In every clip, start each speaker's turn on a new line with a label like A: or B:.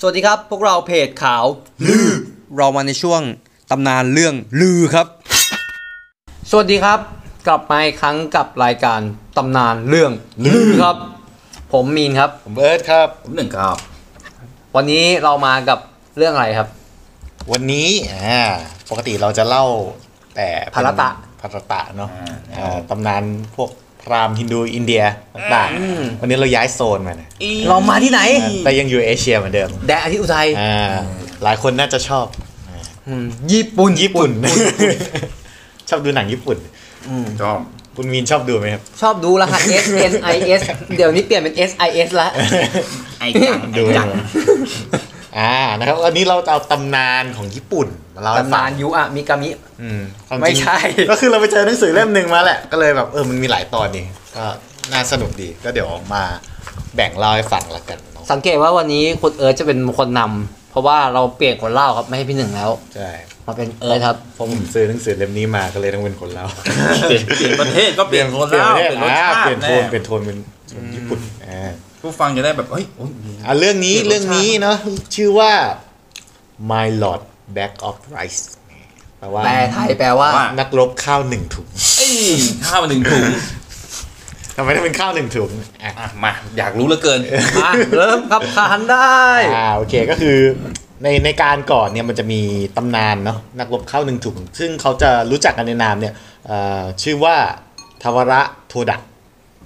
A: สวัสดีครับ พวกเราเพจขาว ลือ เรามาในช่วงตำนานเรื่องลือครับ สวัสดีครับ กลับมาอีกครั้งกับรายการตำนานเรื่องลือครับ ผมมีนครับ
B: ผมเอิร์ธครับ
C: ผมหนึ่งครับ
A: วันนี้เรามากับเรื่องอะไรครับ
B: วันนี้อ่าปกติเราจะเล่าแต่เป็น
A: ภารตะ
B: ภารตะเนาะอ่าตำนานพวกพราหมณ์ฮินดูอินเดียต่างๆวันนี้เราย้ายโซนมานะ
A: เรามาที่ไหน
B: แต่ยังอยู่เอเชียเหมือนเดิม
A: แดนอาทิตย์อุทัย
B: อ่าหลายคนน่าจะชอบ
A: อืมญี่ปุ่น
B: ญี่ปุ่น ชอบดูหนังญี่ปุ่น
C: ชอบ
B: คุณมีนชอบดูไหมครับ
A: ชอบดูรหัส S N I S เดี๋ยวนี้เปลี่ยนเป็น S I S ละ
C: ไอ้จัง
B: ดู
C: ไอ้จัง
B: อ่านะครับวันนี้เราจะเอาตำนานของญี่ปุ่นมาเล่าให้
A: ตำ
B: ฟัง
A: นานยูอะมิกามิ
B: อืมความจริง
A: ไม่ใช่
B: ก็คือเราไปเจอหนังสือเล่มหนึ่งมาแหละ ก็เลยแบบเออมันมีหลายตอนดีก็น่าสนุกดีก็เดี๋ยวมาแบ่งเล่าให้ฟังละกันเนาะ
A: สังเกตว่าวันนี้คุณเอิร์ธจะเป็นคนนำเพราะว่าเราเปลี่ยนคนเล่าครับไม่ให้พี่หนึ่งแล้ว
B: ใช่
A: มาเป็นเอิร์ธครับ
B: เพราะผมซื้อหนังสือเล่มนี้มาก็เลยต้องเป็นคนเล่า
C: เปลี่ยนเปลี่ยนประเทศก็เปลี่ยนโทนแล้ว
B: เป
C: เป
B: ลี่ยน
C: ลี่ยน
B: ป
C: ร
B: ระเทศอ่า
C: สชา
B: เปลี่ย
C: ติ
B: นโทน
C: แน่
B: เปลี่ยนโทนเป็นเป็นญี่ปุ่นอ่า
C: ผู้ฟังจะได้แบบเฮ้ยโอ้ยมี
B: อ่ะเรื่องนี้
C: เปลี่
B: เรื่
C: ย
B: อน ง
C: รสชาติ
B: นี้เนาะชื่อว่า My Lord Bag of Rice แปลว่า
A: แปลไทยแปลว่า
C: ว่า
B: นักรบข้าวหนึ่งถุง
C: เอ้ยข้าวมาหนึ่งถุง
B: ทำไมต้องเป็นข้าวหนึ่งถุงอ่ะ
C: อ่ะมา อยากรู้เหลือเกิน
A: มาเริ่มขับขานได้
B: อ่าโอเคก็คือในในการก่อนเนี่ยมันจะมีตำนานเนาะนักรบข้าวหนึ่งถุง ซึ่งเขาจะรู้จักกันในนามเนี่ยเอ่อชื่อว่าทวระโทดัก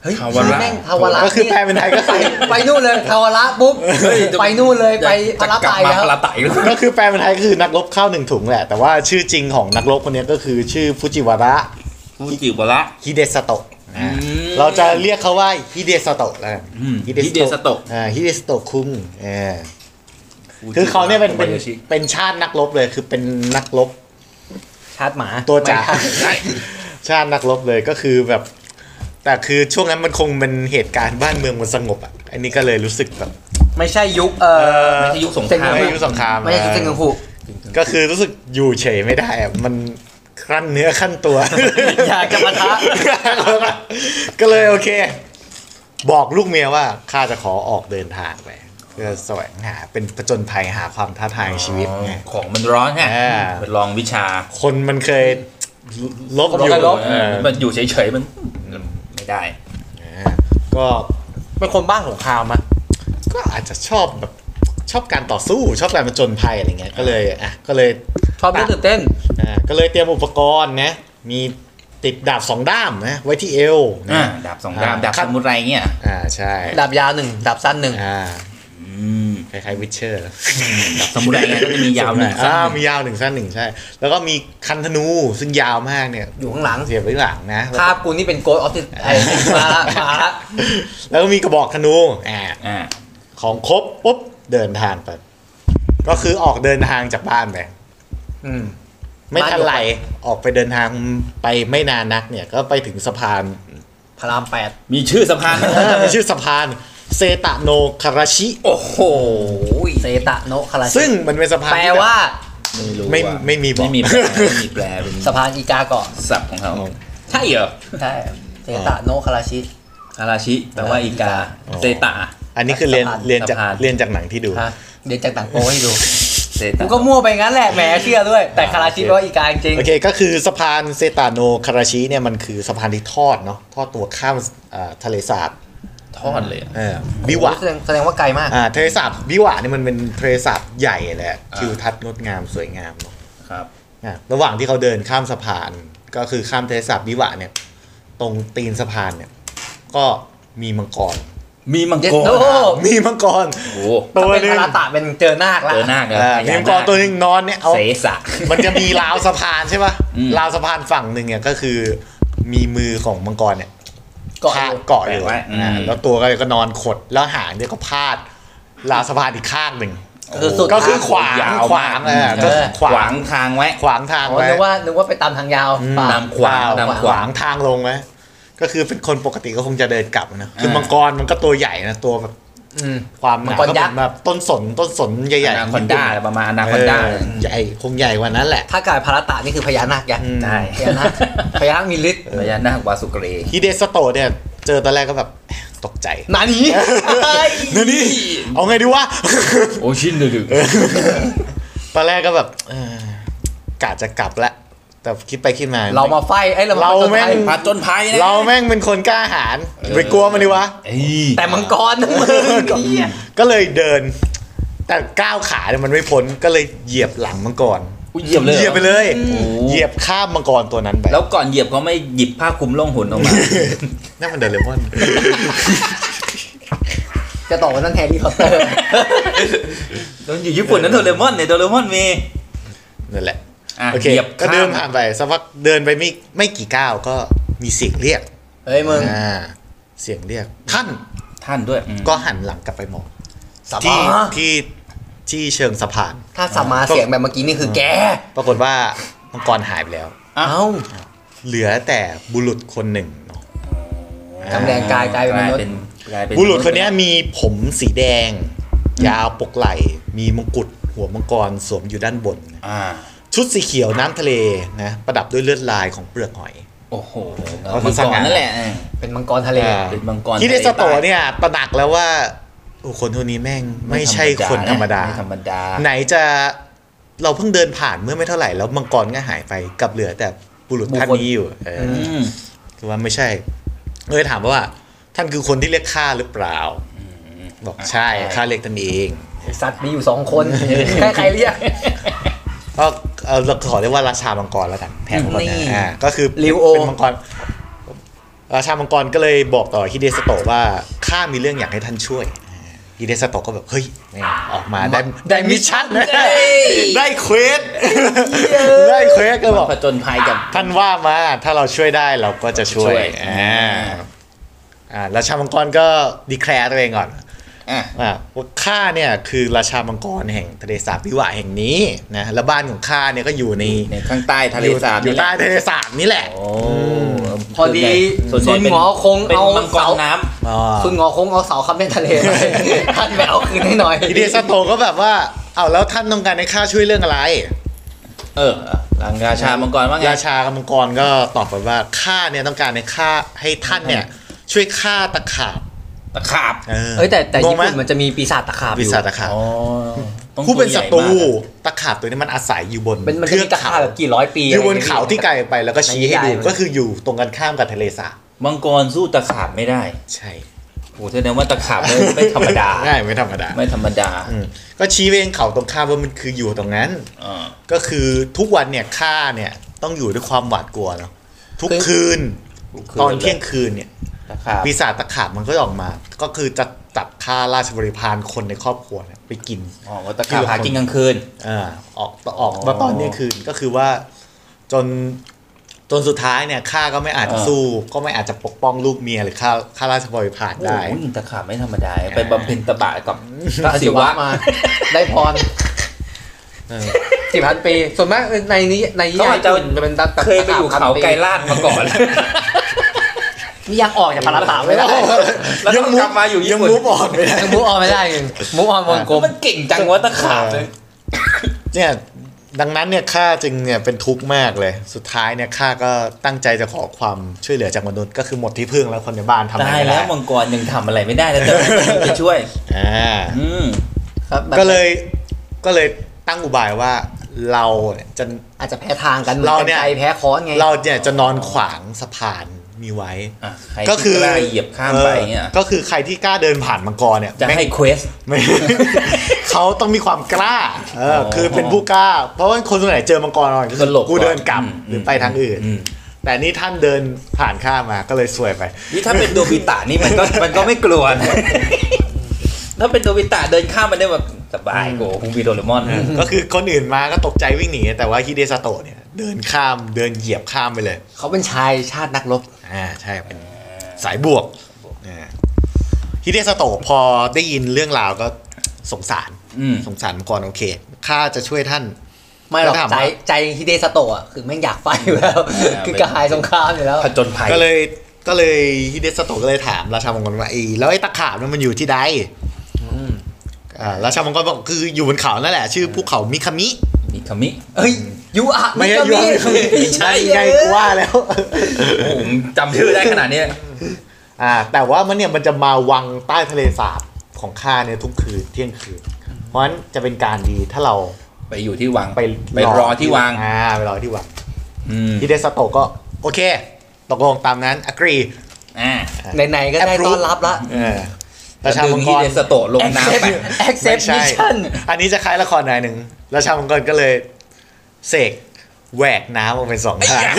C: เฮ้ย
A: ทาวระแม่งทาวระ
B: ก็คือแปลเป็นไทยก็คือ
A: ไปนู่นเลยทาวระปุ๊บ
C: เฮ้ย
A: ไปนู่นเลยไปพ
C: จะ
A: ระ
C: กลั
A: ไต
C: บมา
A: แล้ว
C: พลาไตหรือเปล่า
B: ก็คือแปลเป็นไทยก็คือนักรบข้าวหนึ่งถุงแหละ แต่ว่าชื่อจริงของนักรบคนเนี้ยก็คือชื่อฟูจิวาระ
C: ฟูจิวะละ
B: ฮิเดสโตะ
C: อื
B: นะ
C: ม
B: เราจะเรียกเขาว่าฮิเดสโตะแล้วกัน
C: อืม Hidesato
B: อ่าฮิเดสโตะคุงเออ คือเขาเนี่ยเป็นเป็น
C: โอโบายาชิ
B: เป็นชาตินักรบเลยคือเป็นนักรบ
A: ชาร์จหมา
B: ตัวจ๋า
A: ไม่ทัน
C: ใช่
B: ชาตินักรบเลยก็คือแบบ แต่คือช่วงนั้นมันคงเป็นเหตุการณ์บ้านเมืองมันสงบอ่ะอันนี้ก็เลยรู้สึกแบบ
A: ไม่ใช่ยุคเออ
C: ไม่ใช่ยุคสงคราม
B: ไม่ยุคสงคราม
A: ไม่ใช่ยุคเซงกังฮู
B: ก็คือรู้สึกอยู่เฉยไม่ได้อะมันครั้นเนื้อขั้นตัว
A: อยากจะปะทะ
B: ก็เลยโอเค บอกลูกเมียว่าข้าจะขอออกเดินทางไปเพื่อแสวงหาเป็นผจญภัยหาความท้าทายในชีวิตไง
C: ของมันร้อนไง
B: อ่า
C: มันลองวิชา
B: คนมันเคยลบ
A: คน
B: อ
A: เค
B: ยู่
A: ยลบ
B: เออ
C: มันอยู่เฉยๆมันไม่ได้
B: ก็
A: เป็นคนบ้าสงครามอะ
B: ก็อาจจะชอบแบบชอบการต่อสู้ชอบการผจญภัยอะไรเงี้ยก็เลยอ่ะก็เลย
A: ชอบเรื่องตื่นเต้น
B: อ่าก็เลยเตรียมอุปกรณ์นะมีติดดาบสองด้ามนะไว้ที่เอวนะ
C: อ่าดาบสองดาบ
B: อ่า
C: ดาบสมุไรเงี้ย
B: อ่าใช่
A: ดาบยาวหนึ่งดาบสั้นหนึ่ง
B: อ่า
C: อืม
B: คล้ายๆวิเชอร์
C: ดาบสมุไรเงี้ยก็จะมียาวหนึ่งสั้น
B: อ่า
C: หนึ่ง
B: มียาวหนึ่งสั้นหนึ่งใช่ แล้วก็มีคันธนูซึ่งยาวมากเนี่ย
A: อยู่ข้างหลัง
B: เสียบไว้หลังนะ
A: คาบกูนี่เป็นโกดออฟติไอ้มาละมาละ
B: แล้วก็มีกระบอกธนูอ่า
C: อ่า
B: ของครบปุ๊บเดินทางไปก็คือออกเดินทางจากบ้านไป
A: อืม
B: ไม่ทันไหลออกไปเดินทางไปไม่นานนักเนี่ยก็ไปถึงสะพาน
A: พระรามแปด
C: มีชื่อสะ พานไหม
B: เออชื่อสะพานเซตะโนคาราชิ
C: โอ้โห
A: เซตะโนะคาราชิ
B: ซึ่งมันเป็นสะพาน
A: แปล
B: ที่บบ
A: ว่า
C: ไม่รู้
B: ไม่
C: อะ
B: ไม่มีบอก
C: ไม่มีแปลไม่มีแปลเป็น
A: สะพานอีกาเกาะ
C: ศัพท์ของเขาใช่เหรอ
A: ใช่เซตะโนะคาราชิ
C: อาราชิแปลว่าอีกา
B: อ๋อ
C: เซตะ
B: อันนี้คือเรียน
A: สะพาน
B: เรียนจาก
C: สะพาน
B: เรียนจากหนังที่ดู
A: ฮะเดี๋ยวจากต่างโปให้ ดู
C: เซ
A: กู
C: ตะ
A: ก็มั่วไปงั้นแหละแหมเชื่อด้วย แต่คาราชิแปลว่าอีกาจริง
B: โอเคก็คือสะพานเซตะโนคาราชิเนี่ยมันคือสะพานที่ทอดเนาะทอดตัวข้ามเอ่อทะเลสาบ
C: ทอดเลยอะ
B: เออวิวะ
A: แสดงแสดงว่าไกลมาก
B: อ่าทะเลสาบวิวะเนี่ยมันเป็นทะเลสาบใหญ่แหละทิวทัศน์งดงามสวยงามเนอะ
C: ครับ
B: อ่ะระหว่างที่เขาเดินข้ามสะพานก็คือข้ามเทศบวิวะเนี่ย ตรงตีนสะพานเนี่ย ก็มีมังกร
C: มีมัง
A: เย็ด
C: กร
A: โอ้
B: มีมังกร
C: โอ้โห
B: ตั
A: ถ้าว เป็น
B: หนึ่
A: พาง ราตะเป็นเจอนาคละ
C: เจอหน้ากัน
B: อ่ามีมังกรตัวหนึ่งนอนเนี่ยเอา
C: เซสะ
B: มันจะมีราวสะพานใช่ป่ะ
C: อืม
B: ราวสะพานฝั่งหนึ่งเนี่ยก็คือมีมือของมังกรเนี่ย
A: เกาะอยู่
B: เกาะอยู่
C: แปะไว้อืม
B: อ่าแล้วตัวก็เลยก็นอนขดแล้วหางเนี่ยก็พาดราวสะพานอีกข้างหนึ่ง
A: คือสุด
B: ก็คือขวาง
C: ยาวมาก
B: ขวางอ่ะก็ข
C: ขวาว
B: าง
C: งทางไว้
B: ขวางทาง
A: อ๋อ
B: ไว้
A: นึกว่านึกว่าไปตามทางยาวเปล่
C: ตามขวาง
B: เปล่ข
C: ตาม
B: วาว
C: ขาง ง
B: ทางลงไหมก็คือเป็นคนปกติก็คงจะเดินกลับนะคืออา มังกรมันก็ตัวใหญ่นะตัวแบบ อืมความหนา
C: มังกร
B: ก็
C: ยั
B: เป็
C: กษ์
B: นแบบต้นสนต้นสนให
C: อ
B: ญ่
C: นา
B: ๆ
C: คอนด้าประมาณอนา
B: เอ
C: คอนด้า
B: อใหญ่คงใหญ่กว่านั้นแหละ
A: ถ้ากายพาราตะนี่คือพญานาคยักษ์
B: อืม
C: ใช่
A: พญานาคพญานาคมีฤทธิ์
C: พญานาควาสุเกเร
B: ฮิเดสโตะเนี่ย เจอตอนแรกก็แบบ ตกใจ
A: หนาหนีเฮ้ย
B: นี่นี่เอาไงดี วะ
C: โอชินดึก
B: ตอนแรกก็แบบเออกะจะกลับละแต่คิดไปคิดมา
A: เรามาไฟไอ้ยเรามา
B: เรา
A: ผจญ
B: แม่
A: ภั
B: ง
A: ย
C: มาจนภัยนะ
B: เราแม่งเป็นคนกล้าหาญอย่าไปกลัวมันดีวะ
C: เอ้ย
A: แต่มังกรนะมึงเนี่ย
B: ก็เลยเดิน แต่ก้าวขาเนี่ยมันไม่พ้นก็เลยเหยียบหลังมังกร
C: อุ๊ยเหยียบเลยรอ
B: เหยียบไปเลย
C: โอ้
B: เหยียบข้ามมังกรตัวนั้นไป
C: แล้วก่อนเหยียบเขาไม่หยิบผ้าคลุมล่องหนออกมา
B: นั่นมันเดลเลมอน
A: จะต่อว่านั่นแฮร์รี่พอตเตอร์
C: โดนอยู่ญี่ปุ่นนั้นโดเรมอนเนี่ยโดเรมอนมี
B: นั่นแหละ
C: อ่ะ
B: โอเค
C: เหยียบ
B: ก็เดิน
C: ข้าม
B: ผ่านไปสักพักเดินไปไม่ไม่กี่ก้าวก็มีเสียงเรียก
A: เฮ้ยมึง
B: อ่าเสียงเรียก ท่าน
C: ท่านด้วยอืม
B: ก็หันหลังกลับไปมอง
A: สัม
B: ที่
A: มา
B: ที่ที่เชิงสะพาน
A: ถ้าสัมมาเสียงแบบเมื่อกี้นี่คือแก
B: ปรากฏว่ามังกรหายไปแล้ว
A: เอ้า
B: เหลือแต่บุรุษคนหนึ่งเนอะ
A: จำแรงกายกลายเป็นมนุษย์
C: กลายเป็น
B: บุรุษคนเนี้ยมีผมสีแดง ยาวปกไหล่มีมงกุฎหัวมังกรสวมอยู่ด้านบน
C: อ่า
B: ชุดสีเขียวน้ำทะเลนะประดับด้วยเลือดลายของเปลือกหอย
C: โอ้โห
B: ก็คื
C: มั
B: อง ส
C: กร
B: ง่า
C: นั่นแหละ
A: เป็นมังกรทะเล
B: อ่า
C: เป็นมังกร
B: ฮิเดสโตะ
C: ทะลใต้
B: เนี่ยตระหนักแล้วว่าโอ้คนคนนี้แม่งไม่ใช่คนธรรมดา
C: ไม่ธรรมดา
B: ไหนจะเราเพิ่งเดินผ่านเมื่อไม่เท่าไหร่แล้วมังกรก็หายไปกับเหลือแต่บุรุษท่านนี้อยู่เอออ
C: อืม
B: คือว่าไม่ใช่เลยถามว่า ท่านคือคนที่เรียกข้าหรือเปล่า บอกใช่ข้าเรียกท่านเอง
A: สัตว์มีอยู่สองคนแค่ใครเรียก
B: ก็เอ่อเราขอเรียกว่าราชามังกรแล้วกันแทนมังกร
A: นี่
B: นะอ่าก็คือ
A: ลิวโอ
B: เป็นมังกรราชามังกรก็เลยบอกต่อฮิเดสโตะว่าข้ามีเรื่องอยากให้ท่านช่วยฮิเดสโตะก็แบบเฮ้ยแม่งออกมาได้ได้มิชชั่นนะได้เควสได้เควสก็บอก
C: ผจญภัยกับ
B: ท่านว่ามาถ้าเราช่วยได้เราก็จะช่วย
C: ช่วย
B: อ่าอ่าราชามังกรก็ดีแคลร์ตัวเองก่อน
C: อ่ะ
B: ว่าว่าข้าเนี่ยคือราชามังกรแห่งทะเลสาบวิวาแห่งนี้นะและบ้านของข้าเนี่ยก็อยู่ใน
C: ในข้างใต้ทะเลสาบ
B: อยู่อยู่ใต้ทะเลสาบนี่แหละ
C: โอ้
A: พอดี
C: ส่วนใญ่
A: ซุนหงอคง
C: เป็น
A: เอา
C: มังกร
A: เสา
C: น้
B: อ๋อ
A: ซุนงอคงเอาเสาค้ำในทะเลไปท่านไปเอาคืนให้หน่อย
B: ทีเดียสโตก็แบบว่าเอาแล้วท่านต้องการให้ข้าช่วยเรื่องอะไร
C: ำเออหลังราชามังกรว่าไง
B: ราชามังกรก็ตอบไปว่าข้าเนี่ยต้องการให้ข้าให้ท่านเนี่ยช่วยฆ่าตะขาบ
C: ตะขาบ
B: ออ
A: เอ้ยแต่แต่
B: ง
A: ญี่
B: งไห
A: ปุ่นมันจะมีปีศาจตะขาบอยู่
B: ปีศาจตะขาบ
C: ต้อง
B: ผู้เป็นศัตรู
C: ใหญ่มากอะ
B: ตะขาบตัวนี้มันอาศัยอยู่บน
A: เป็นมันจะ
B: ทื
A: มีตะขาบแบบกี่ร้อยปี
B: อยู่บนะ
A: ไรางงี้
B: เขาที่ไกลออกไปแล้วก็ชี้ให้
A: ไม่
B: ดู
A: ได้
B: ก็คืออยู่ตรงกันข้ามกับทะเลสาบ
C: มังกรสู้ตะขาบไม่ได้
B: ใช่
C: โอ้แสดงว่าตะขา บไม่ไม่ธรรมดา
B: ง่ายไม่ธรรมดา
C: ไม่ธรรมดา
B: อืมก็ชี้ไปยังเขาตรงข้ามว่ามันคืออยู่ตรงนั้น
C: อ่า
B: ก็คือทุกวันเนี่ยข้าเนี่ยต้องอยู่ด้วยความหวาดกลัวเนาะทุกคืน
C: คืน
B: ตอนเที่ยงคืนเนี่ย
C: ตะขาบ
B: ปีศาจตะขาบมันก็ออกมา ก็คือจะจับฆ่าราชบริพารคนในครอบครัวเนี่ยไปกิน
C: อ๋อตะขาบหากินกลางคืน
B: อ่าออกออกมาตอนเนี้ยคืนก็คือว่าจนจนสุดท้ายเนี่ยข้าก็ไม่อาจจะ
C: อ่า
B: สู้ ก็ไม่อาจจะปกป้องลูกเมียหรือข้าข้าราชบริพารได้
C: โอ้โหตะขาบไม่ธรรมดา ไปบำเพ็ญตบะกับพระ
A: อา
C: ศิ
A: ศิวะ
C: วะ
A: มา ได้พรสิบพันปี ส่วนมากในนี้ในนิ
C: เขา
A: ยาย
C: อาจจะ
A: ญี่ปุ่นจะเป็นตะตะ
C: เคยไปอยู่
A: ตะ
C: เขาไกลลาดมาก่อน
A: นี่ยังออกจากพาราตาไม่ได้
C: แล้ว
B: ยัง
C: ต้อง
B: มุ
C: กลับมาอยู่ญี่
B: ยัง
C: ปุ่น
B: มุฟออนไม่ได้
A: ยังมูออนไม่ได้ มูออนวงกลม
C: มันเก่งจังวะตะขาบเลย
B: เนี่ยดังนั้นเนี่ยข้าจึงเนี่ยเป็นทุกข์มากเลย สุดท้ายเนี่ยข้าก็ตั้งใจจะขอความช่วยเหลือจากมนุษย์ก็คือหมดที่พึ่งแล้วคนในบ้านทำอะไร
C: ตาย
B: ไม่
C: แล้
B: ได้
C: วมังกรยังทำอะไรไม่ได้แล้วจะให้มนุษย์ไปช่วย
B: อ่า
C: อืม
A: ครับแบบ
B: ก็เลยก็เลยตั้งอุบายว่าเราเนี่ยจะ
A: อาจจะแพ้ทางกัน
B: เราเนี่ย
A: หมือกัใจแพ้ค้อนไง
B: เราเนี่ยจะนอนขวางสะพานมีไว้
C: อ่ะใครที่กล้าเหยียบข้ามไปเงี้ย
B: ออก็คือใครที่กล้าเดินผ่านมังกรเนี่ย
C: จะ
B: แม่ง
C: ให้เควส
B: ไม่ เขาต้องมีความกล้าเอออ
C: อ
B: คือเป็นผู้กล้า เพราะว่าคนส่วนใหญ่เจอมังกรหน่อยก็คื
C: ก็
B: อ
C: หลบ
B: กูเดินกลับ
C: ก่อน
B: ห
C: อืม
B: รือไปทางอื่น
C: อืม
B: แต่นี่ท่านเดินผ่านข้ามมาก็เลยสวยไป
C: นี่ถ้าเป็นโดบิตะนี่มันก็ มันก็ไม่กลัวนะ ถ้าเป็นโดบิตะเดินข้ามมันได้แบบสบายโกคงมีโดเรมอนนะ
B: ก็คือคนอื่นมาก็ตกใจวิ่งหนีแต่ว่าฮิเดซาโตะเนี่ยเดินข้ามเดินเหยียบข้ามไปเลย
A: เขาเป็นชายชาตินักรบ
B: อ่าใช่เป็นสายบวกอ่าฮิเดสโตะพอได้ยินเรื่องราวก็สงสาร
C: อืม
B: สงสารมังกรโอเคข้าจะช่วยท่าน
A: ไม่หรอก
B: แล้วถาม
A: ใจ
B: ว่า
A: ใจฮิเดสโตะอะคือแม่งอยากไฟอยู่แล้ว
C: อ่า
A: คือกระหายสงครามอยู่แล้ว
C: ผจญภัย
B: ก็เลยก็เลยฮิเดสโตะก็เลยถามราชามังกรว่าไอ้แล้วไอ้ตะขาบนั้นมันอยู่ที่ใด อ่าราชามังกรบอกคืออยู่บนเขานั่นแหละ ชื่อภูเขามิคามิ
C: มิคามิเอ้ยยูอะ
B: ไม่ใช่
C: มิคามิ
B: ยู
C: ไม่ใช่
B: ไงกูว่าแล้ว
C: โอ้โหจำชื่อได้ขนาดเนี้ย
B: อ่าแต่ว่ามันเนี่ยมันจะมาวังใต้ทะเลสาบของข้าเนี่ยทุกคืนเที่ยงคืน เพราะฉะนั้นจะเป็นการดีถ้าเรา
C: ไปอยู่ที่วัง
B: ไป
C: ไปรอที่วัง
B: อ่าไปรอที่วัง
C: อืม
B: ฮิเดสโตะก็โอเค ตกลงตามนั้น agree
C: อ่า
A: ไหนๆก็ได้ต้อนรับละ
B: เออราชา
C: ดึ
B: มังก
C: ที่
B: ร
C: เดสโตะลงน้ำไป
A: accept
B: ไม่ใช่
A: mission
B: อันนี้จะคล้ายละครนายหนึ่งราชามังกรก็เลยเสกแหวกน้ำออกเป็นสองทาง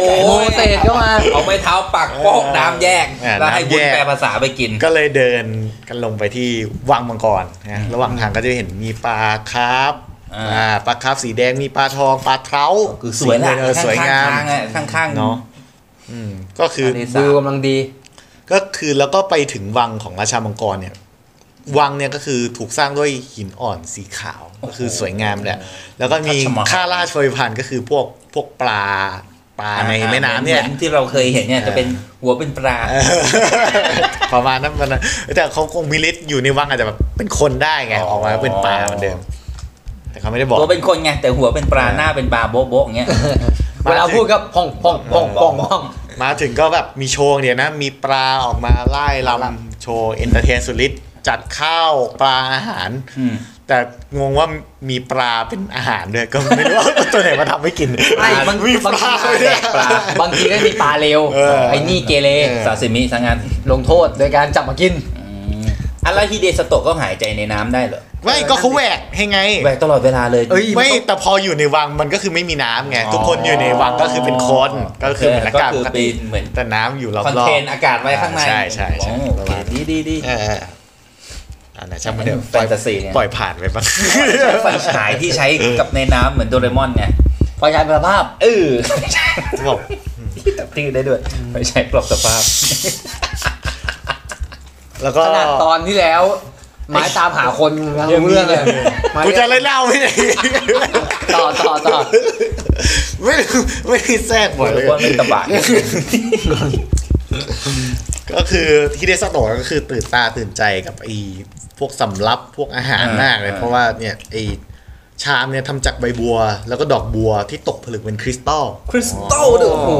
C: โอ้
A: โม
C: ย
A: เสสเข้ามา
C: เอาไม้เท้าปักโป๊กน้ำแยก
B: อ่า
C: แล้วให้
B: น้ำ
C: คุ
B: แยก
C: ณแปลภาษาไปกิน
B: ก็เลยเดินกันลงไปที่วังมังกรนะระหว่างทางก็จะเห็นมีปลาคาร์ฟ
C: อ่า
B: อ่าปลาคาร์ฟสีแดงมีปลาทองปลาเท้า
C: คือสวยแหละ
B: เออสวยงาม
C: ข้างๆอะข้างๆ
B: เนาะอืมก็คือ
C: อันนี้
A: ดูกำลังดี
B: ก็คือแล้วก็ไปถึงวังของราชามังกรเนี่ย วังเนี่ยก็คือถูกสร้างด้วยหินอ่อนสีขาวก็คือสวยงามแหละแล้วก็มี
C: ทัชมหาล
B: ค่าราชบริพารก็คือพวกพวกปลาปลาในแม่น้ำเนี่ย
C: หมือที่เราเคยเห็นเนี่ยจะเป็นหัวเป็นปลา
B: ประมาณนั้นมันนะแต่เขาคงมีฤทธิ์อยู่ในวังอาจจะแบบเป็นคนได้ไง
C: อ๋อ
B: ออกมาเป็นปลาเหมือนเดิม แต่เขาไม่ได้บอก
C: ตัวเป็นคนไงแต่หัวเป็นปลา
B: เออ
C: หน้าเป็นบาโบ๊ะโบ๊ะอย่างเงี้ย
A: เวลาพูดก็พ่องพ่องพ่องพ่องพ่อง
B: มาถึงก็แบบมีโชว์เนี่ยนะ มีปลาออกมาไล่ลำโชว์เอนเตอร์เทนสุดฤทธิ์จัดข้าวปลาอาหาร
C: อืม
B: แต่งงว่ามีปลาเป็นอาหารด้วยก็ไม่รู้ว่า ตัวไหนมาทำให้กิน
A: ไม่บาง
B: มีปลา
A: บางที
B: ด้วย
C: ปลา
A: บางทีก็มีปลาเร็ว
B: เออ
A: ไอ้นี่เกเร
B: เออ
C: ซาซิมิซะงั้น
A: ลงโทษโดยการจับมากิน
C: มอันแล้วฮิเดสโตะก็หายใจในน้ำได้เหรอ
B: ไม่ก็เขาแหวกให้ไง
C: แหวกตลอดเวลาเลย
A: เอ้ย
B: ไม่แต่พออยู่ในวังมันก็คือไม่มีน้ำไงทุกคนอยู่ในวังก็คือเป็นคนก็คือเหมือนอากาศ
C: ก็คือ
B: ปก
C: เป็
B: ติ
C: นเหมือน
B: แต่น้ำอยู่รอบ
C: คอน
B: ๆ
C: เทนอากาศไว้ข้างใน
B: ใช่ใช่ใช่
C: โอ้
B: ประ
C: โห
B: มาณนั้น
C: ดีดีดี
B: เออเอออันไหนช่างมันเดี๋ยว
C: แฟนตาซีเนี่ย
B: ปล่อยผ่านไปบ้าง
C: ไฟฉายที่ใช้กับในน้ำเหมือนโดเรมอนไง
A: ไฟฉายประภาพ
C: เออ
B: จะบอก
C: ตับตีได้ด้วยไฟฉายปลอบสภาพ
B: แล้วก็
A: ขนาดตอนที่แล้ว ไม้ตามหาคนยังรู้เรื่องเลยไม้
B: กูจะเล่นเล่าไม่ได้
A: ต่อต่อต่อ
B: ไม่ได้ไม่ได้แทรกบ่อยเลย
C: ว่าไม่ตะ บะ
B: ก็คือที่ได้สตอก็คือตื่นตาตื่นใจกับไอ้พวกสำรับพวกอาหารมากเลย
C: อ่า
B: เพราะว่าเนี่ยไอ้ชามเนี่ยทำจากใบบัว แล้วก็ดอกบัวที่ตกผลึกเป็นคริสตัล
C: คริสตัลเด้อโอ้โห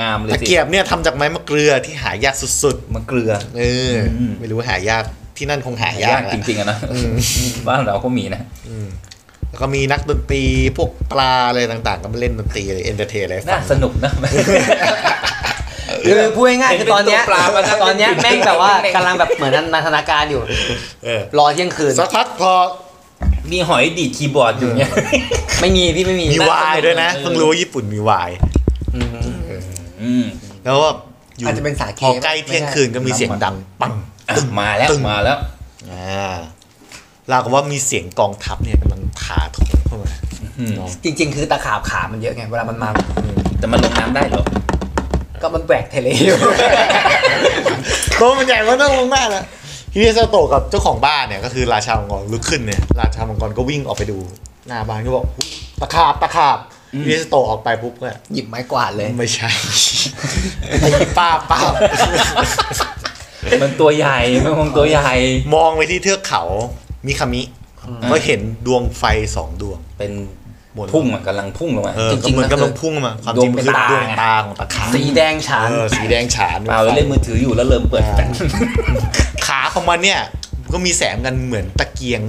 C: งามเลย
B: ตะ
C: สิ
B: เกียบเนี่ยทำจากไม้มะเกลือที่หายากสุด
C: มันเกลือ
B: ๆเอออ
C: ม
B: ไม่รู้ว่าหายากที่นั่นคงหายาย
C: าก ก
B: แหละ
C: จริงๆอะนะ
B: อืม
C: บ้านเราก็มีนะ
B: แล้วก็มีนักดนตรีพวกปลาอะไรต่างๆ ก็มาเล่นดนตรีเลยเอนเตอร์เทนอะไรให้
C: น่า
B: ฟัง
C: สนุกนะ
A: คือพูดง่ายๆคือตอนเนี้ย
C: เป็นตัวปลามา
A: ตอนเนี้ย
C: เป็
A: แม่
C: นตัว
A: งแบบว่า
C: เป็นตัว
A: กำลังแบบเหมือนนันทนาการอยู่
B: เออ
A: รอเที่ยงคืน
B: สักพักพอ
C: มีหอยดีดคีย์บอร์ดอยู่เนี่ย
A: ไม่มีพี่ไม่มี
B: มีวายด้วยนะ
C: เออ
B: เพิ่งรู้ว่าญี่ปุ่นมีวาย
A: อืม
C: อืม
B: แล้วก็อยู่
A: อาจจะเป็นสาเก
B: พอใกล้เที่ยงคืนก็มีเสียงดังปัง
C: อ่ะมาแล้ว
B: ตึง
C: มาแล้ว
B: อ่าราวกับว่ามีเสียงกองทัพเนี่ยกำลังถาโถมเข้ามา
C: อืม
A: จริง ๆ คือตะขาบขามันเยอะไงเวลามันมา
C: แต่มันลงน้ำได้เหรอ
A: ก็มันแปลกเทเล อยู่
B: ตัวมันใหญ่มันต้องลงมากนะฮิเดซาโตะกับเจ้าของบ้านเนี่ยก็คือราชามังกรลุกขึ้นเนี่ยราชามังกรก็วิ่งออกไปดูหน้าบ้านก็บอกอุ๊ยตะขาบตะขาบฮิเดซาโตะออกไปปุ๊บเนี่ย
A: หยิบไม้กวาดเลย
B: ไม่ใช่ ไอ้ป้าป้า
C: มันตัวใหญ่มันคงตัวใหญ่
B: มองไปที่เทือกเขา มิคามิก็เห็นดวงไฟสองดวง
C: เป็น
B: บน
C: พุ่งอะกำลังพุ่งลงมา
B: เออ
A: จริงๆ
B: เหมือ
A: มันคือก
B: นำลังพุ่งมา ความจริงมันคือ
C: ด
B: ดว
C: วง
B: ง
C: เป็นตา
B: ตาของตะขาบ
A: สีแดงฉาน
B: เออสีแดงฉาน
C: เปล่าแล้วเล่นมือถืออยู่แล้วเริ่มเปิดแฟลช
B: ขาของมันเนี่ย ก็มีแสงกันเหมือนตะเกียง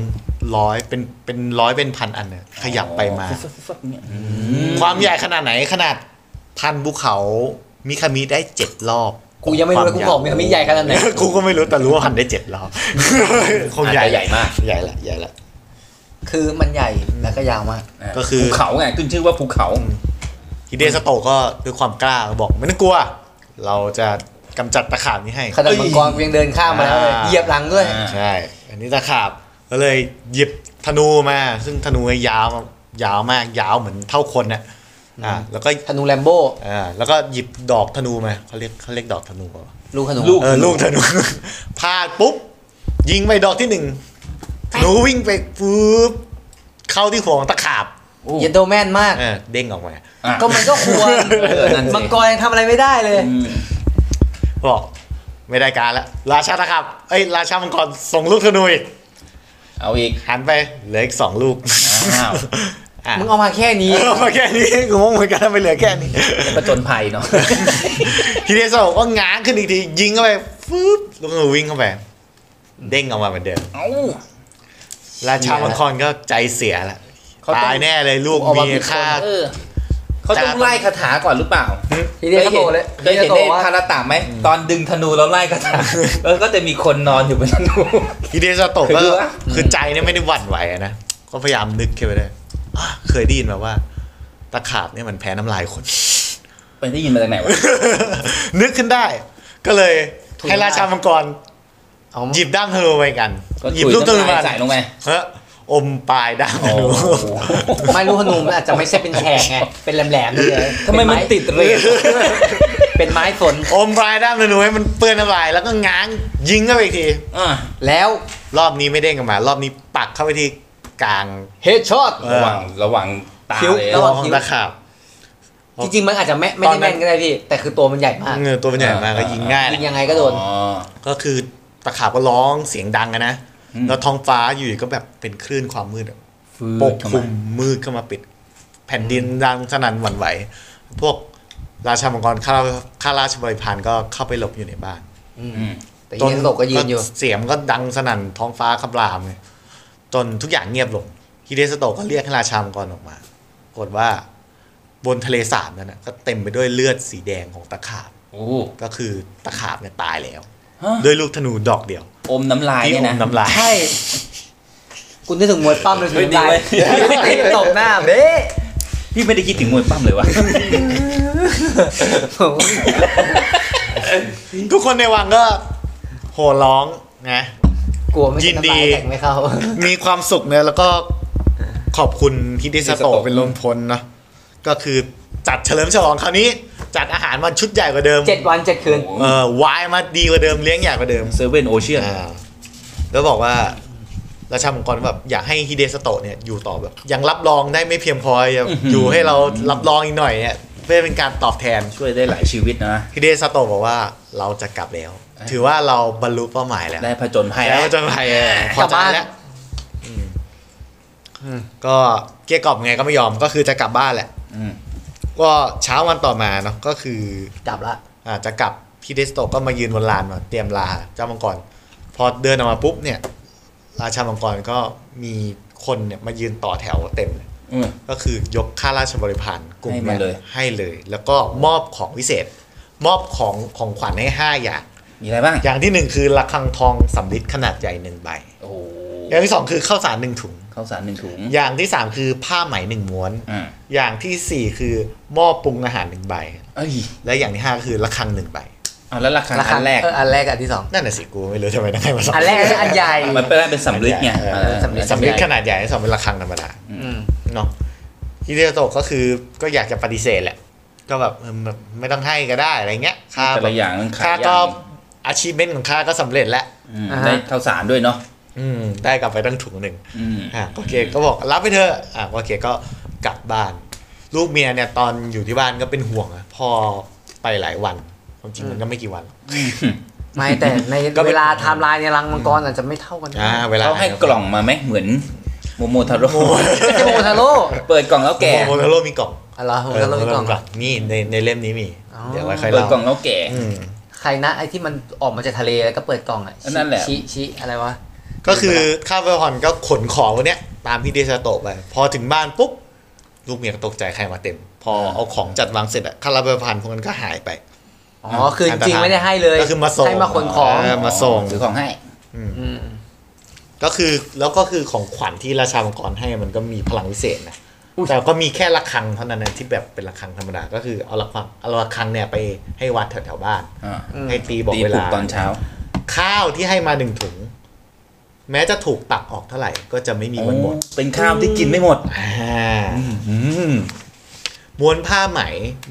B: ร้อยเป็นเป็นร้อยเป็นพันอันเนี่ยขยับไปมา
C: เนี่ยอืม
B: ความใหญ่ขนาดไหนขนาดพันภูเขา มิคามิได้เจ็ดรอบ
A: กูยังไม่รู้เลยกูบอกมิคามิใหญ่ขนาดไหน
B: กูก็ไม่รู้แต่รู้ว่าพันได้เจ็ดร อบคงใหญ่
C: อาจจะใหญ่มาก
B: ใหญ่ละใหญ่ละ
A: คือมันใหญ่แล้วก็ยาวมาก
B: ก็คือ
C: ภูเขาไงขึ้นชื่อว่าภูเขา
B: ฮิเดสโตะก็ด้วยความกล้าบอกไม่ต้องกลัว เราจะกำจัดตะขาบนี้ให้
A: ขนาดมังกรกูยังเดินข้ามมาแล้วเลย
B: อ่า
A: เหยียบหลังด้วย
C: อ่า
B: ใช่ อันนี้ตะขาบก็เลยหยิบธนูมา ซึ่งธนูยาวยาวมากยาวเหมือนเท่าคนนะอ่าแล้วก็
A: ธนูแลมโบ้
B: อ่าแล้วก็หยิบดอกธนูมาเขาเรียกเขาเรียกดอกธนูป่าวะ
A: ลูกธนู
C: ลูก
B: เออลูกธนู พลาดปุ๊บ ยิงไปดอกที่หนึ่งธนูวิ่งไปปุ๊บเข้าที่หัวของตะขาบ
A: เยนโดแมนมาก
B: เออเด้งออกมา
C: อ่ะ
A: ก็มันก็ควร
C: เออนั่นสิ
A: มังกรยังทำอะไรไม่ได้เลย
C: อืม
B: บอกไม่ได้การละราชาตะขับเอ้ยราชามังกรส่งลูกธนูอีก
C: เอาอีก
B: หันไปเหลืออีกสองลูก
C: อ้าว
B: อ่ะ
A: มึงเอามาแค่นี้
B: เอามาแค่นี้งงเหมือนกันทำไมเหลือแค่นี้
C: เป็นประจนภัยเนาะ
B: ทีเดโซะก็ง้างขึ้นอีกทียิงเข้าไปฟึ๊บแลูกนูวิ่งเข้าไป เด้งออกมาเหมือนเดิม
C: เอา
B: ราชามังกรก็ใจเสียละ
C: เขาต้อง
B: ตายแน่เลยลูก
A: ออกมา
B: เมี
A: ผิ
B: ย
A: ดคน
B: ฆ่า
C: เออเขาต้องไล่คาถาก่อนหรือเปล่า
A: ทีเดียวก็โตเลย
C: เคยเห็น
A: ที
C: ใน
A: เดียวก็โตว่า
C: คาราตะไหมตอนดึงธนูแล้วไล่ค าถาแล้วก็จะมีคนนอนอยู่บนธนู
B: ฮิเดโซะโตะก็
C: เคยดูปะ
B: คือใจเนี่ยไม่ได้หวั่นไหวอะนะ ก็พยายามนึกขึ้นไปได้อ่ะเคยได้ยินมาว่า ตะขาบเนี่ยมันแพ้น้ำลายคน
C: ไปได้ยินมาจากไหนวะ
B: นึกขึ้นได้ ก็เลยให้ราชามังกร
A: เอา
B: หยิบด้ามธนูไปกัน
C: ก็
B: หยิบลูกธนูมา
C: ใส่ลงไป
B: เฮ้ออมปลายด้ามธนู
A: ไม่รู้ขนุมนอาจจะไม่ใช่เป็นแฉกไง เป็นแหลมๆนี่เลย
C: ทำไมมันติดเรท
A: เป็นไม้สน
B: อมปลายด้ามธนูให้มันเปื้อนน้ำลายแล้วก็ง้างยิงเข้าไปอีกที
C: อ่ะ
A: แล้ว
B: รอบนี้ไม่เด้งกลันมา รอบนี้ปักเข้าไปที่กลาง
A: เฮดช็อต
B: เออ
C: ระหว่างระหว่างตา
A: คิ้ว
C: เลย
A: ระหว่าง
B: ขอ
A: คิ้ว
B: ตะขาบ
A: จริงๆมันอาจจะไม่ไม่
B: ตอ
A: ได้
B: นนั้น
A: แม่นก็ได้พี่ แต่คือตัวมันใหญ่มาก
B: เงือตัวเป็นใหญ่มากก็ยิงง่าย
A: ยิง
B: แหละ
A: ยังไงก็โดน
C: อ๋อ
B: ก็คือตะขาบก็ร้องเสียงดังอะนะ
C: อืม
B: แล้วท้องฟ้าอยู่ดีก็แบบเป็นคลื่นความมืดอะปกคลุมมืดเข้ามาปิด แผ่นดินดังสนั่นหวั่นไหว พวกราชามังกรข้าราข้าราชบริพารก็เข้าไปหลบอยู่ในบ้าน
C: อืม
A: แต่ยิงตกก็ยืนอยู่
B: เสียงก็ดังสนั่นท้องฟ้าคำรามไงจนทุกอย่างเงียบลงฮิเดสโตะก็เรียกให้ราชามังกรออกมาปรากฏว่า บนทะเลสาบนั้นนะก็เต็มไปด้วยเลือดสีแดงของตะขาบ
C: โอ้
B: ก็คือตะขาบเนี่ยตายแล้ว
C: ฮะ
B: ด้วยลูกธนูดอกเดียว
C: อมน้ำลาย
B: ที่
C: เนี่ย
B: อ
C: นะ
B: มน้ำลาย
A: ใช่ คุณนึกถึงมวยปั้มเลยถึ
C: เฮ้ย
A: ง
C: ดี
A: ลาย
C: เว้ย
A: ติดตกหน้าเบ๊ะ
C: พี่ไม่ได้คิดถึงมวยปั้มเลยวะ
A: ผม
B: ทุกคนในวังก็โห่ร้องนะ
A: กลัวไม่
B: ยิ
A: กิน
B: นดี
A: น้ำลายแข็งไม่เข้า
B: มีความสุขเนี่ยแล้วก็ขอบคุณฮิเดสโตะเป็นลมพลเนาะก็คือจัดเฉลิมฉลองคราวนี้ จัดอาหารมาชุดใหญ่กว่าเดิม
A: เจ็ดวันเจ็ดคืน
B: เออวายมาดีกว่าเดิมเลี้ยงใหญ่กว่าเดิม
C: เซเว่นโอเชียน
B: อ่าแล้วบอกว่าราชามังกรแบบอยากให้ฮิเดสโตะเนี่ยอยู่ต่อแบบยังรับรองได้ไม่เพียงพออย่า
C: อื้อหืออ
B: อยู่ให้เรารับรองอีกหน่อยเนี่ยเพื่อเป็นการตอบแทน
C: ช่วยได้หลายชีวิตนะ
B: ฮิเดสโตะบอกว่าเราจะกลับแล้ว ถือว่าเราบรรลุเป้าหมายแล้ว
C: ได้ผจญภัย
B: แล้วจะไปเออพอก
A: ลับ
B: ใจ
A: บ้าน
B: แล้วอืมก็เกลี้ยกล่อมไงก็ไม่ยอมก็คือจะกลับบ้านแหละ
C: อืม
B: ก็เช้าวันต่อมาเนาะก็คือ
A: กลับละ
B: อาจะกลับพี่เดสโตะก็มายืนบนลานมาเตรียมลาเจ้ามังกรพอเดินออกมาปุ๊บเนี่ย ราชามังกรก็มีคนเนี่ยมายืนต่อแถวเต็มเลย
C: อืม
B: ก็คือยกข้าราชบริพารกลุ่ม
C: ให้
B: เนี่
C: มาเลย
B: ให้เลย แล้วก็มอบของวิเศษ มอบของของขวัญให้ห้าอย่าง
C: มีอะไรบ้าง
B: อย่างที่หนึ่งคือระฆังทองสำริดขนาดใหญ่หนึ่งใบ
C: โอ้โห
B: อย่างที่สองคือข้าวสารหนึ่งถุง
C: ข้าวสารหนึ่งถุง
B: อย่างที่สามคือผ้าไหมหนึ่งม้วน
C: อ่า
B: อย่างที่สี่คือหม้อปรุงอาหารหนึ่งใบ
C: เอ้ย
B: และอย่างที่ห้าก็คือระฆังหนึ่งใบ
C: อ่ะแล้วราคา
A: ราคา
C: อันแรก
A: เอออันแรกกับอันที่สอง
B: นั่นน่ะสิกูไม่รู้ทำไมต้องให้มาสอง
A: อันแรกอันใหญ่
C: มันเป็นอะไรเป็นสำลิดไง
B: เออ
C: เออ
A: สำริด
B: สำริดขนาดใหญ่ให้สองเป็นระฆังธรรมดา
A: อืม
B: เนาะฮิเดโตะก็คือก็อยากจะปฏิเสธแหละ ก็แบบเออแบบไม่ต้องให้ก็ได้อะไรเงี้ยค่า
C: แต่
B: แบ
C: ละ
B: บ
C: อย่างมันขา
B: ค่าย
C: ยา
B: ก็
C: ก
B: อาชีพเมนของค่าก็สำเร็จแล้ว
C: อืม
A: อ่าฮะ
C: ได้ข้าวสารด้วยเนาะ
B: อืมได้กลับไปตั้งถุงหนึ่ง
C: อืม
B: อ่ะโอเคก็บอกรับไปเถอะอ่ะโอเคก็กลับบ้าน ลูกเมียเนี่ยตอนอยู่ที่บ้านก็เป็นห่วงอะพอไปหลายวันความจริงมันก็ไม่กี่วันหรอก
A: ไม่แต่ในเวลาไทม์ไลน์ในรังมังกรอาจจะไม่เท่ากัน
B: อ่าเวลา
C: เขาให้กล่องมาไหมเหมือนโมโมทาโร่
A: ไม่ใช่โมโมทาโร่
C: เปิดกล่องแล้ว
B: แก่
C: แก่
B: โมโนโรมีกล่อง
A: อะไรโมโมทาโร่
B: เ
A: อีกกล่อง
B: นี่ในในเล่มนี้มี
A: อ๋อ
B: เดี๋ยวไว้ค่อย
C: เปิด
B: เล่าก
C: ล่องแล้วแก่
B: อืม
A: ใครนะไอ้ที่มันออกมาจากทะเลแล้วก็เปิดกล่องอ่ะ
C: นั่นแหละ
A: ชิชิอะไรวะ
B: ก็คือข้าวเวลฮอนก็ขนของวันเนี้ยตามพี่เดชาโตะไป พอถึงบ้านปุ๊บ ลูกเมียก็ตกใจใครมาเต็ม พอเอาของจัดวางเสร็จอะข้าวเวลพันพวกนั้นก็หายไป
A: อ๋อ คือจริงๆไม่ได้ให้เลย
B: ก็คือมาส่ง
A: ให้มาขนของ
B: เออมาส่ง
C: ถือของให้
A: ม
B: ก็คือแล้วก็คือของขวัญที่ราชามังกรให้มันก็มีพลังวิเศษนะแต่ก็มีแค่ระฆังเท่านั้นนะที่แบบเป็นระฆังธรรมดาก็คือเอาระฆังเอาระฆังเนี่ยไปให้วัดแถวๆบ้าน
C: อ่า
B: ให้ตีบอก
C: ตี
B: เว
C: ปลุ
B: ลา
C: กตอนเช้า
B: ข้าวที่ให้มาหนึ่งถุง แม้จะถูกตักออกเท่าไหร่ก็จะไม่มีวันหมด
C: เป็นข้าวที่กินไม่หมด
B: อ่า ม้วนผ้าไหม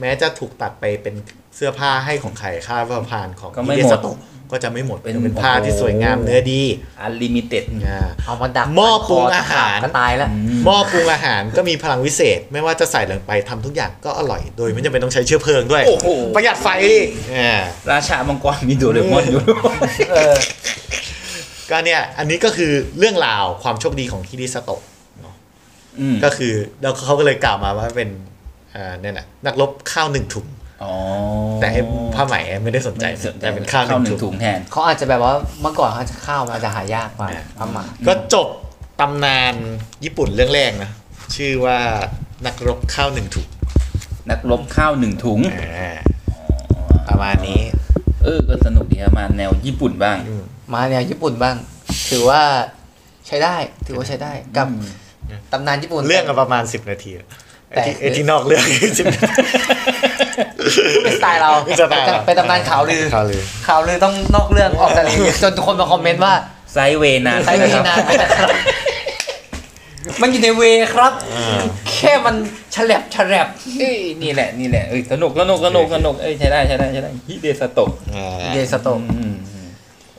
B: แม้จะถูกตัดไปเป็นเสื้อผ้าให้ของใครค่าผ้าพานของ
C: ก็ไม่
B: อิเด
C: หมด
B: สโตะก็จะไม่หมด
C: เป็น
B: เป็นผ้าที่
C: โอ้โห
B: สวยงามเนื้อดี
C: อันลิมิเต็ด
B: อ่า
A: เอามาดัก
B: หม้อปรุงอาหาร
A: ก็ตายแล้ว
B: หม้อปรุงอาหารก็มีพลังวิเศษ ไม่ว่าจะใส่ลงไปทำทุกอย่างก็อร่อย โดยไม่จำเป็นต้องใช้เชื้อเพลิงด้วย
C: โอ้โห
B: ประหยัดไฟอีกอ่า
C: ราชามังกรมีโดเรมอนอยู่ด้วย
A: เออ
B: ก็เนี่ยอันนี้ก็คือเรื่องราวความโชคดีของฮิดิสโตะเนอะ
C: อืม
B: ก็คือแล้วเขาก็เลยกล่าวมาว่าเป็นอ่าเนี่ยนะนักรบข้าวหนึ่งถุง
C: อ๋อ
B: แต่ไอ้ผ้าไหมไม่ได้สนใจ
C: ไม่สนใจ
B: แต่เป็นข้าวหนึ่งถุง
C: ถุงแทน
A: เขาอาจจะแบบว่าเมื่อก่อนเขาจะข้าวมันอาจจะหายากกว่า
B: อ่า
A: พม่า
B: ก็จบตำนานญี่ปุ่นเรื่องแรกนะ ชื่อว่านักรบข้าวหนึ่งถุง
C: นักรบข้าวหนึ่งถุง
B: อ่าประมาณนี้
C: เออ ก็สนุกดีครับมาแนวญี่ปุ่นบ้าง
B: อืม
A: มาแนวญี่ปุ่นบ้าง ถือว่าใช้ได้ถือว่าใช้ได้กับตำนานญี่ปุ่น
B: เรื่องอะประมาณ 10 นาทีอะ
A: แต่
B: ไอ้ที่ไอ้ที่นอกเรื่อง สิบ
A: เป็นสไตล์เรา
B: สไตล์เรา
A: เป็นตำนานข่าวลือ
B: ข่าวลือ
A: ข่าวลือต้องนอกเรื่องออกทะ เลจนคนมาคอมเมนต์ว่า
C: ไซด์เวย์นาน
A: ใช้เวลานานไปนะครับมันอยู่ในเวครับ
B: อ่า
A: แค่มันฉลับฉลับ
C: เอ้ยนี่แหละนี่แหละเอ้ยสนุกสนุกสนุกสนุกเอ้ยใช้ได้ใช้ได้ใช้ได้ฮิเดสโตะ
B: อ่า
A: เดสโต
C: อืม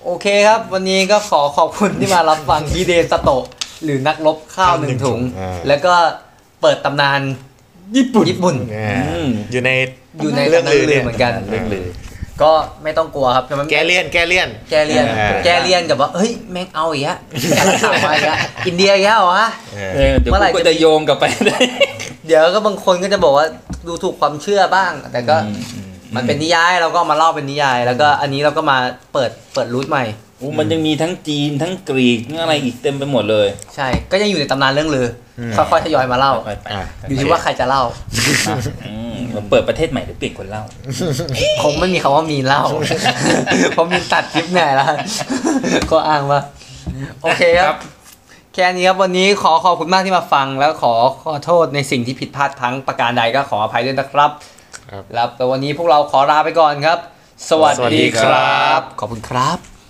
A: โอเคครับ วันนี้ก็ขอขอบคุณที่มารับฟัง ดีเดสโตะหรือนักรบข้าวหนึ่งถุง แล้วก็เปิดตำนานญี่ปุ่นญี่ปุ่น
B: อ่าอยู่ใน
A: อยู่ใน
B: เรื่องลือเนี่ย
A: เหมือนกัน
B: เรื่องลือ
A: ก็ไม่ต้องกลัวครับมัน
B: แกเลี่ยนแกเลี่ยน
A: แกเรียน
B: อ่า
A: แกเรียนกับว่า เฮ้ย แม่งเอาอีกอะแก ถามมาอีกอะอินเดียอีกแล้วเหรอวะ
B: เอ
C: เอ
B: อ
C: อเดี๋ยว
A: เมื่อไหร่
C: กูก็
A: จะ
C: จะโยงกลับไปได้
A: เดี๋ยวก็บางคนก็จะบอกว่าดูถูกความเชื่อบ้าง แต่ก็
C: อืมอืม
A: มันเป็นนิยายเราก็เอามาเล่าเป็นนิยาย แล้วก็อันนี้เราก็มาเปิดเปิดรูทใหม่
C: อู้มันยังมีทั้งจีนทั้งกรีกทั้งอะไรอีกเต็มไปหมดเลย
A: ใช่ ก็ยังอยู่ในตำนานเรื่องลืออค่อยๆทยอยมาเล่า
C: ไปไป
B: อ่ะ
A: อยู่ที่ว่าใครจะเล่า
C: อืมมาเปิดประเทศใหม่หรือเปลี่ยนคนเล่า
A: คงไม่มีคำว่ามีน เล่า เพราะมีนตัดคลิปแน่แล้ว ก็อ้างว่า โอเคครับ แค่นี้ครับวันนี้ขอขอบคุณมากที่มาฟัง แล้วขอขอโทษในสิ่งที่ผิดพลาดทั้งประการใดก็ขออภัยด้วยนะครับ
B: ครับ
A: แล้วแต่วันนี้พวกเราขอลาไปก่อนครับ สวัส
B: สวัสดี
A: ดีค
B: ค
A: ร
B: รั
A: ับ
B: บ
A: ขอบคุณครับ